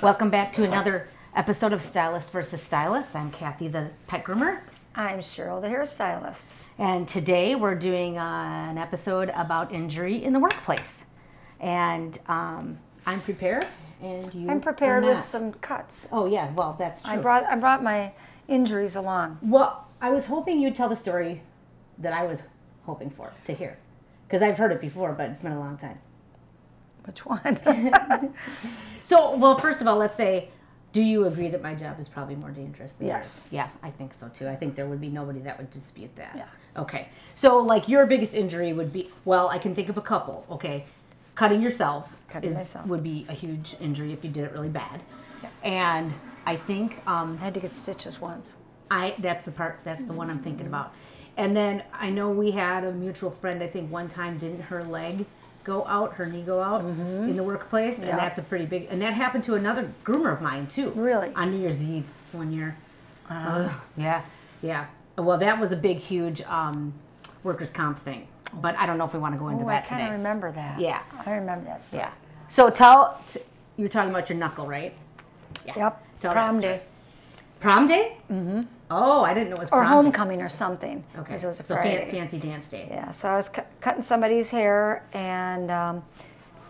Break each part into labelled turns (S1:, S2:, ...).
S1: Welcome back to another episode of Stylist versus Stylist. I'm Kathy, the pet groomer,
S2: I'm Cheryl, the hairstylist.
S1: and today we're doing uh, an episode about injury in the workplace. And um, I'm prepared, and you.
S2: I'm
S1: are
S2: prepared with
S1: not.
S2: some cuts.
S1: Oh yeah, well that's true.
S2: I brought I brought my injuries along.
S1: well, I was hoping you'd tell the story that I was hoping for to hear, because I've heard it before, but it's been a long time.
S2: Which one?
S1: So, well, first of all, let's say, do you agree that my job is probably more dangerous than
S2: Yes.
S1: yours? Yeah, I think so too. I think there would be nobody that would dispute that.
S2: Yeah.
S1: Okay. So, like, your biggest injury would be well, I can think of a couple. Okay, cutting yourself
S2: Cutting
S1: is
S2: myself.
S1: would be a huge injury if you did it really bad, and I think um,
S2: I had to get stitches once.
S1: I that's the part that's the one I'm thinking about. And then I know we had a mutual friend. I think one time didn't her leg go out, her knee go out in the workplace,
S2: Mm-hmm. Yeah.
S1: and that's a pretty big. And that happened to another groomer of mine too.
S2: Really?
S1: On New Year's Eve one year. Ugh, yeah, yeah. Well, that was a big, huge um, workers' comp thing. But I don't know if we want to go into
S2: Oh, I
S1: that
S2: kind of
S1: today.
S2: remember that.
S1: Yeah.
S2: I remember that. Story.
S1: Yeah. So tell t- you're talking about your knuckle, right? Yeah.
S2: Yep.
S1: Tell that
S2: Prom
S1: story.
S2: day
S1: Prom day? Mm-hmm. Oh, I didn't know it was
S2: or
S1: prom day.
S2: homecoming or something.
S1: Okay.
S2: 'cause It was a
S1: so fan-
S2: Friday.
S1: fancy dance day.
S2: Yeah. So I was cu- cutting somebody's hair and um,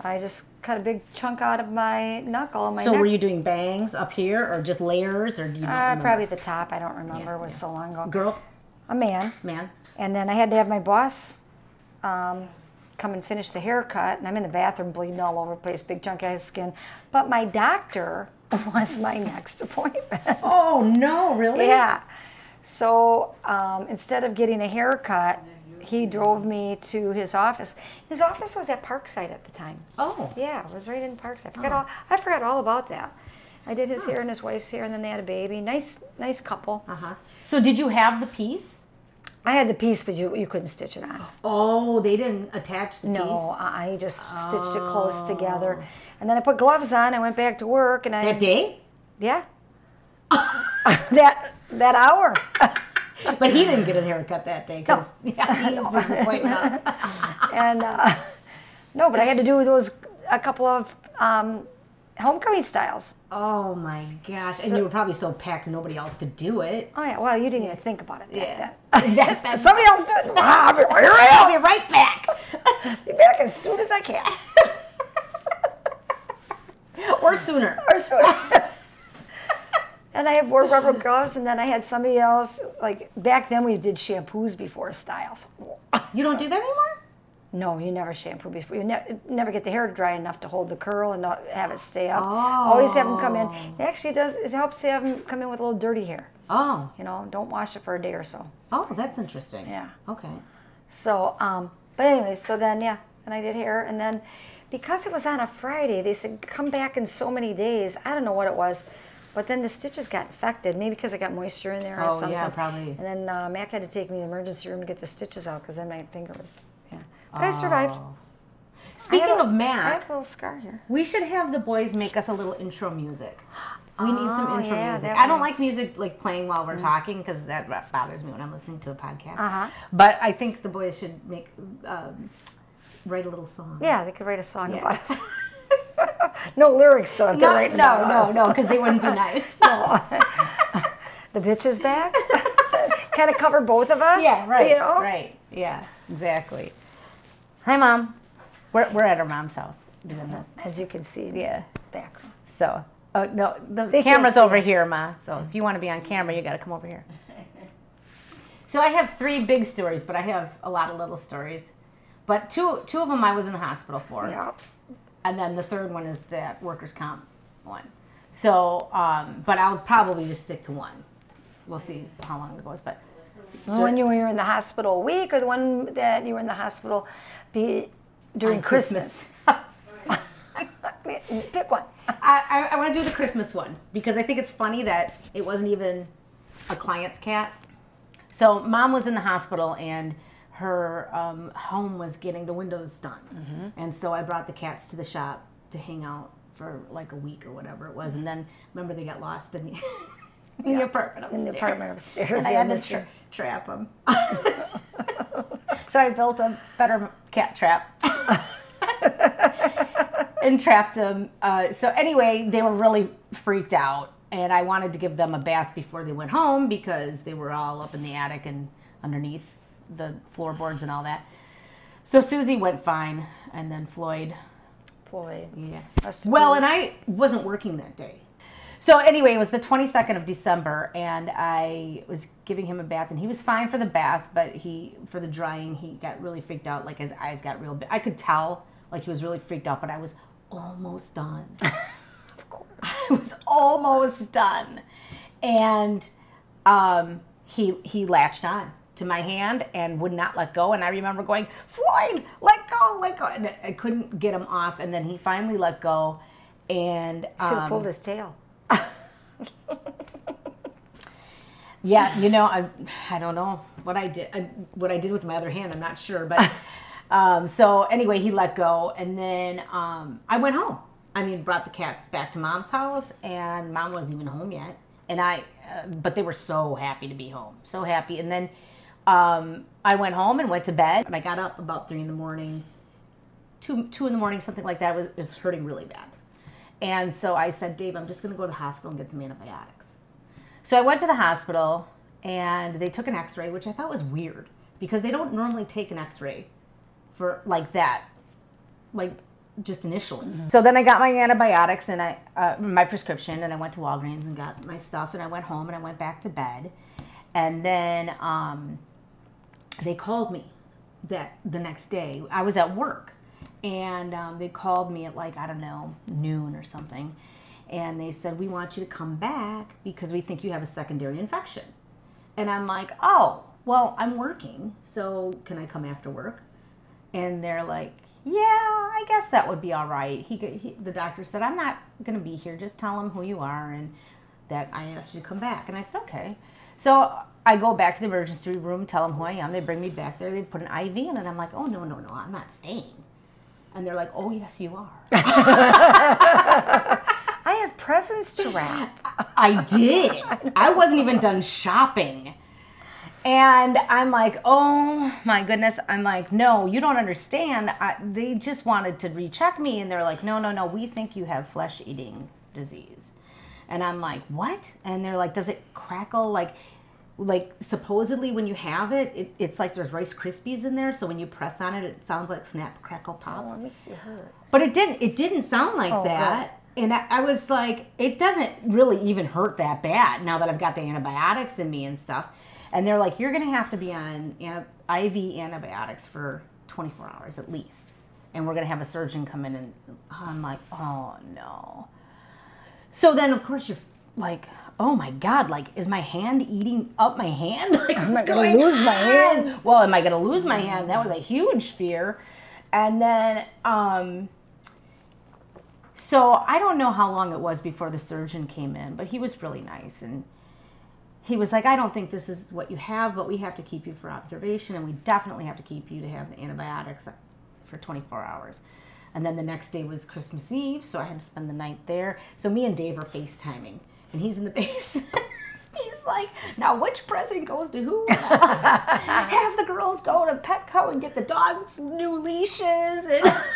S2: I just cut a big chunk out of my knuckle. My
S1: So
S2: neck.
S1: were you doing bangs up here or just layers or do you not
S2: Uh,
S1: remember?
S2: probably the top. I don't remember. it was
S1: yeah.
S2: so long ago.
S1: girl,
S2: A man.
S1: man?
S2: And then I had to have my boss um, come and finish the haircut, and I'm in the bathroom bleeding all over the place, big chunky of skin. But my doctor was my next appointment.
S1: Oh no, really?
S2: yeah. So um, instead of getting a haircut, he drove me to his office. His office was at Parkside at the time.
S1: Oh.
S2: Yeah, it was right in Parks. I forgot all. I forgot all about that. I did his hair and his wife's hair, and then they had a baby. Nice, nice couple.
S1: Uh-huh. So did you have the piece?
S2: I had the piece, but you you couldn't stitch it on.
S1: Oh, they didn't attach the
S2: No, I I just stitched it close together. And then I put gloves on. I went back to work, and I
S1: piece. Oh. That day?
S2: yeah, that that hour.
S1: But he didn't get his hair cut that day because yeah, he was disappointed.
S2: and uh, no, but I had to do those a couple of um, homecoming styles.
S1: oh my gosh. and you were probably so packed nobody else could do it.
S2: Oh yeah, well you didn't even think about it. Back
S1: Yeah.
S2: then.
S1: That- that's-
S2: Somebody else did. it. Ah, here I
S1: I'll be right back.
S2: am. Be back as soon as I can.
S1: or sooner.
S2: or sort of- and I have wore rubber gloves, and then I had somebody else like back then we did shampoos before styles.
S1: You don't do that anymore?
S2: No, you never shampoo before. You ne- never get the hair dry enough to hold the curl and not have it stay up. Always have them come in. It actually does. It helps to have them come in with a little dirty hair.
S1: Oh.
S2: You know, don't wash it for a day or so.
S1: Oh, that's interesting.
S2: Yeah.
S1: Okay.
S2: So, um, but anyway, so then yeah, and I did hair, and then because it was on a Friday, they said come back in so many days. I don't know what it was, but then the stitches got infected, maybe because I got moisture in there or
S1: Oh,
S2: something.
S1: yeah, probably.
S2: And then uh, Mac had to take me to the emergency room to get the stitches out because then my finger was. Yeah, but I survived.
S1: Oh. Speaking
S2: I have a-
S1: of
S2: I
S1: Mac,
S2: have a little scar here.
S1: We should have the boys make us a little intro music. We need some
S2: Oh,
S1: intro
S2: yeah,
S1: music.
S2: that
S1: I don't
S2: way.
S1: like music like playing while we're talking because that b- bothers me when I'm listening to a podcast.
S2: Uh-huh.
S1: But I think the boys should make um, s- write a little song.
S2: Yeah, they could write a song
S1: Yeah.
S2: about us. no lyrics though. if they're
S1: No,
S2: writing about
S1: no, no,
S2: us.
S1: no, because they wouldn't be nice.
S2: The bitch is back. kind of cover both of us.
S1: Yeah, right.
S2: You know.
S1: Right. Yeah. Exactly. Hi, mom. We're we're at our mom's house doing this.
S2: As you can see.
S1: Yeah.
S2: Background.
S1: So, oh no, the
S2: They can't
S1: camera's
S2: see
S1: over here, Ma. So if you want to be on camera, you got to come over here. So I have three big stories, but I have a lot of little stories. But two two of them I was in the hospital for,
S2: Yeah.
S1: and then the third one is that workers' comp one. So, um, but I'll probably just stick to one. We'll see how long it goes, but
S2: The one you were in the hospital a week, or the one that you were in the hospital be during
S1: on
S2: Christmas.
S1: Christmas.
S2: Pick one.
S1: I, I, I want to do the Christmas one because I think it's funny that it wasn't even a client's cat. So mom was in the hospital and her um, home was getting the windows done,
S2: Mm-hmm.
S1: and so I brought the cats to the shop to hang out for like a week or whatever it was, and then remember they got lost in the, in the apartment upstairs.
S2: In the apartment upstairs,
S1: And I
S2: yeah,
S1: had to
S2: that's
S1: tra- trap them. so I built a better cat trap. and trapped him. Uh, so anyway, they were really freaked out, and I wanted to give them a bath before they went home because they were all up in the attic and underneath the floorboards and all that. So Susie went fine, and then Floyd.
S2: Floyd.
S1: Yeah.
S2: Us
S1: Well, and
S2: boys.
S1: I wasn't working that day. So anyway, it was the 22nd of December and I was giving him a bath and he was fine for the bath, but he for the drying, he got really freaked out like his eyes got real big. I could tell like he was really freaked out, but I was almost done.
S2: Of course.
S1: I was almost done. And um, he he latched on to my hand and would not let go. And I remember going, Floyd, let go, let go. And I couldn't get him off. And then he finally let go. And
S2: Should have
S1: um,
S2: pulled his tail.
S1: yeah, you know, I I don't know what I did I, what I did with my other hand. I'm not sure, but um, so anyway, he let go, and then um, I went home. I mean, brought the cats back to mom's house, and mom wasn't even home yet. And I, uh, but they were so happy to be home, so happy. And then um, I went home and went to bed, and I got up about three in the morning two two in the morning, something like that. It was, it was hurting really bad, and so I said, Dave, I'm just going to go to the hospital and get some antibiotics. So I went to the hospital, and they took an X-ray, which I thought was weird because they don't normally take an X-ray for like that, like just initially. So then I got my antibiotics and I uh, my prescription, and I went to Walgreens and got my stuff, and I went home and I went back to bed, and then. Um, they called me that the next day i was at work and um, they called me at like i don't know noon or something and they said we want you to come back because we think you have a secondary infection and i'm like oh well i'm working so can i come after work and they're like yeah i guess that would be all right he, g- he the doctor said i'm not going to be here just tell him who you are and that i asked you to come back and i said okay so i go back to the emergency room tell them who i am they bring me back there they put an iv in and i'm like oh no no no i'm not staying and they're like oh yes you are
S2: I have presents to wrap.
S1: i did i wasn't even done shopping And I'm like, oh my goodness. I'm like, no, you don't understand. I, they just wanted to recheck me. And they're like, no, no, no, we think you have flesh eating disease. And I'm like, what? And they're like, does it crackle? Like, like supposedly when you have it, it it's like there's Rice Krispies in there. So when you press on it, it sounds like snap, crackle, pop.
S2: Oh, it makes you hurt.
S1: But it didn't. It didn't sound like that. And I, I was like, it doesn't really even hurt that bad now that I've got the antibiotics in me and stuff. And they're like, you're going to have to be on an, IV antibiotics for 24 hours at least. And we're going to have a surgeon come in. And I'm like, oh no. So then, of course, you're like, oh my God, like, is my hand eating up my hand? Like, I'm
S2: not gonna lose my hand.
S1: Well, am I going to lose my hand? That was a huge fear. And then, um, so I don't know how long it was before the surgeon came in, but he was really nice. And he was like, I don't think this is what you have, but we have to keep you for observation, and we definitely have to keep you to have the antibiotics uh, for 24 hours. And then the next day was Christmas Eve, so I had to spend the night there. So me and Dave are FaceTiming, and he's in the basement. he's like, Now which present goes to who? have the girls go to Petco and get the dogs new leashes. And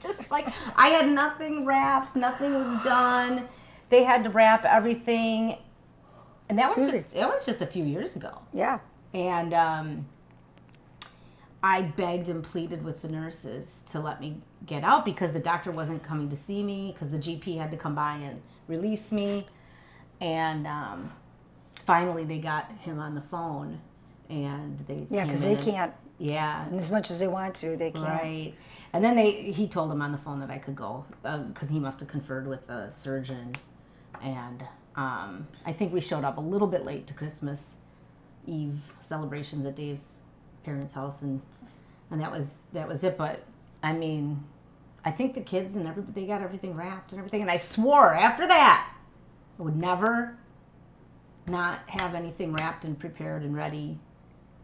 S1: just like, I had nothing wrapped, nothing was done. They had to wrap everything, and that was
S2: Susie.
S1: just that was just a few years ago.
S2: Yeah.
S1: And um, I begged and pleaded with the nurses to let me get out because the doctor wasn't coming to see me because the GP had to come by and release me. And um, finally, they got him on the phone, and they
S2: Yeah,
S1: came
S2: because
S1: in
S2: they
S1: and-
S2: can't,
S1: yeah
S2: as much as they want to, they can't.
S1: Right. And then they he told him on the phone that I could go because he must have conferred with the surgeon, and um, I think we showed up a little bit late to Christmas Eve celebrations at Dave's parents' house, and and that was that was it. But I mean, I think the kids and everybody they got everything wrapped and everything, and I swore after that I would never not have anything wrapped and prepared and ready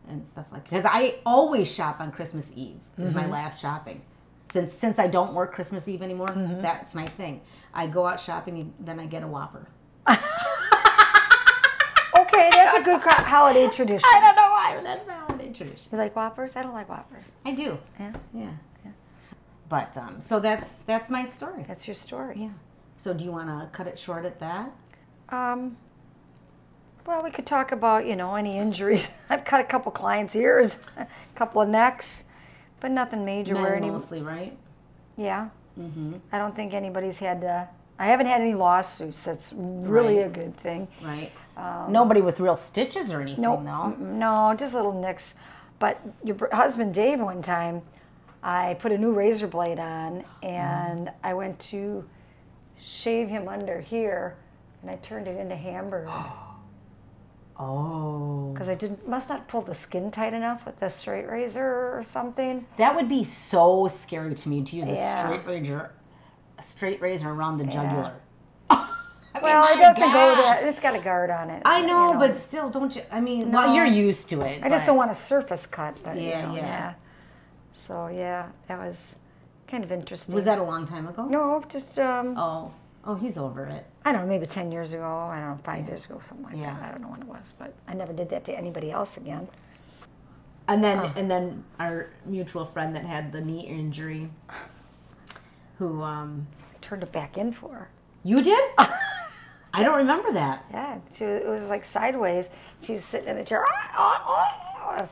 S1: and stuff like because I always shop on Christmas Eve is my last shopping. Since since I don't work Christmas Eve anymore, that's my thing. I go out shopping and then I get a Whopper.
S2: Okay, that's a good cro- holiday tradition.
S1: Oh, I don't know why, but that's my holiday tradition.
S2: You like Whoppers? I don't like Whoppers.
S1: I do.
S2: Yeah.
S1: Yeah. But um, so that's that's my story.
S2: That's your story.
S1: Yeah. So do you want to cut it short at that?
S2: Um, well, we could talk about, you know, any injuries. I've cut a couple clients' ears, a couple of necks, but nothing major where
S1: Men
S2: any.
S1: mostly, right?
S2: Yeah.
S1: Mhm.
S2: I don't think anybody's had, uh, I haven't had any lawsuits. That's really
S1: Right.
S2: a good thing.
S1: Right. Nobody with real stitches or anything,
S2: Nope.
S1: though.
S2: Mm, No, just little nicks. But your br- husband Dave one time, I put a new razor blade on and
S1: Mm-hmm.
S2: I went to shave him under here and I turned it into hamburger
S1: Oh.
S2: because I didn't must not pull the skin tight enough with the straight razor or something.
S1: That would be so scary to me to use
S2: Yeah.
S1: a straight razor, a straight razor around the jugular. I mean,
S2: Well, it
S1: my
S2: doesn't go
S1: God.
S2: there. It's got a guard on it.
S1: I
S2: so, you
S1: know, but still, don't you? I mean,
S2: No.
S1: well, you're used to it.
S2: I just don't want a surface cut. But, you
S1: Yeah,
S2: know,
S1: yeah.
S2: So yeah, that was kind of interesting.
S1: Was that a long time ago?
S2: no? Just um,
S1: Oh, oh, he's over it.
S2: I don't know, maybe 10 years ago, I don't know, five years ago, something like
S1: Yeah.
S2: that. I don't know when it was, but I never did that to anybody else again.
S1: And then,
S2: Oh.
S1: and then our mutual friend that had the knee injury, who um,
S2: I turned it back in for her.
S1: you did? I don't remember that.
S2: Yeah, she, it was like sideways. She's sitting in the chair, "Ah, ah, ah,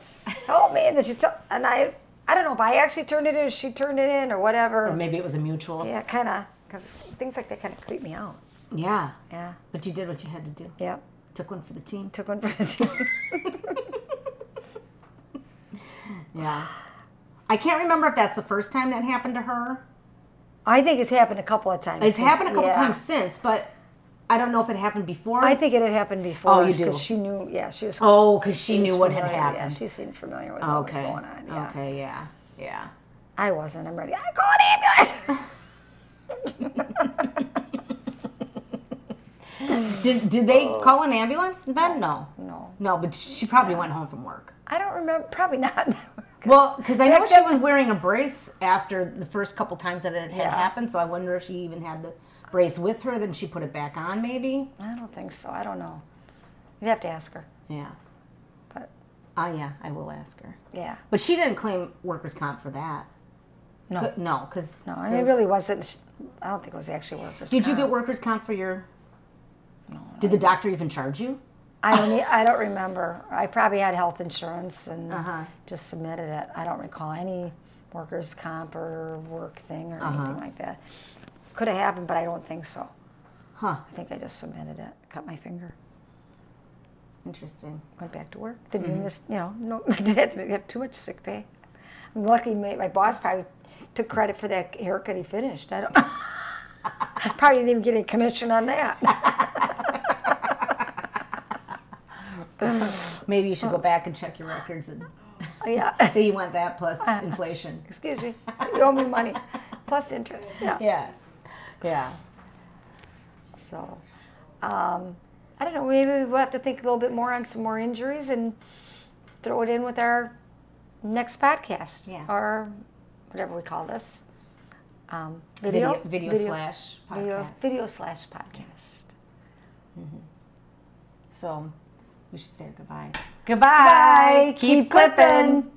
S2: help me. And then she's, still- and I, I don't know if I actually turned it in, she turned it in, or
S1: Or
S2: whatever.
S1: maybe it was a mutual.
S2: Yeah, kind of, because things like that kind of creep me out.
S1: Yeah.
S2: Yeah,
S1: But you did what you had to do.
S2: yep.
S1: Took one for the team.
S2: Took one for the team.
S1: Yeah. I can't remember if that's the first time that happened to her.
S2: I think it's happened a couple of times.
S1: It's
S2: since-
S1: happened a couple
S2: yeah.
S1: times since, but I don't know if it happened before.
S2: I think it had happened before.
S1: Oh, you do.
S2: 'cause she knew, yeah, she was
S1: oh, because she knew what had
S2: familiar. Yeah,
S1: happened.
S2: she seemed familiar with what was
S1: okay.
S2: going on. Yeah.
S1: Okay. Yeah. Yeah.
S2: I wasn't. I'm ready. I call an
S1: Did did they call an ambulance? Then no.
S2: ambulance. Oh. no,
S1: No, but she probably went home from work.
S2: I don't remember. Probably not. 'Cause-
S1: Well, because I know
S2: Back
S1: she
S2: then-
S1: was wearing a brace after the first couple times that it had happened, so I wonder if she even had the brace with her. Then she put it back on, maybe.
S2: I don't think so. I don't know. You'd have to ask her.
S1: Yeah.
S2: But
S1: Ah, yeah. I will ask her.
S2: yeah,
S1: But she didn't claim workers' comp for that.
S2: No.
S1: Good- No, because
S2: no, I mean, it really wasn't. I don't think it was actually workers.
S1: did you
S2: comp.
S1: get workers' comp for your? Did the doctor even charge you?
S2: I don't. e- I don't remember. I probably had health insurance and
S1: Uh-huh.
S2: just submitted it. I don't recall any workers' comp or work thing or
S1: Uh-huh.
S2: anything like that. Could have happened, but I don't think so.
S1: Huh.
S2: I think I just submitted it. Cut my finger.
S1: Interesting.
S2: went back to work. Didn't
S1: Mm-hmm.
S2: miss, you know, no, didn't have, to have too much sick pay. I'm lucky my, my boss probably took credit for that haircut he finished. I don't. probably didn't even get any commission on that.
S1: Maybe you should go back and check your records and
S2: yeah.
S1: say you want that plus inflation.
S2: Excuse me. You owe me money, plus interest. Yeah.
S1: Yeah. Yeah.
S2: So, um, I don't know. Maybe we'll have to think a little bit more on some more injuries and throw it in with our next podcast
S1: Yeah.
S2: or whatever we call this. Um,
S1: Video, video, slash podcast.
S2: Video, video slash podcast.
S1: So we should say goodbye.
S2: Goodbye. Keep, clipping.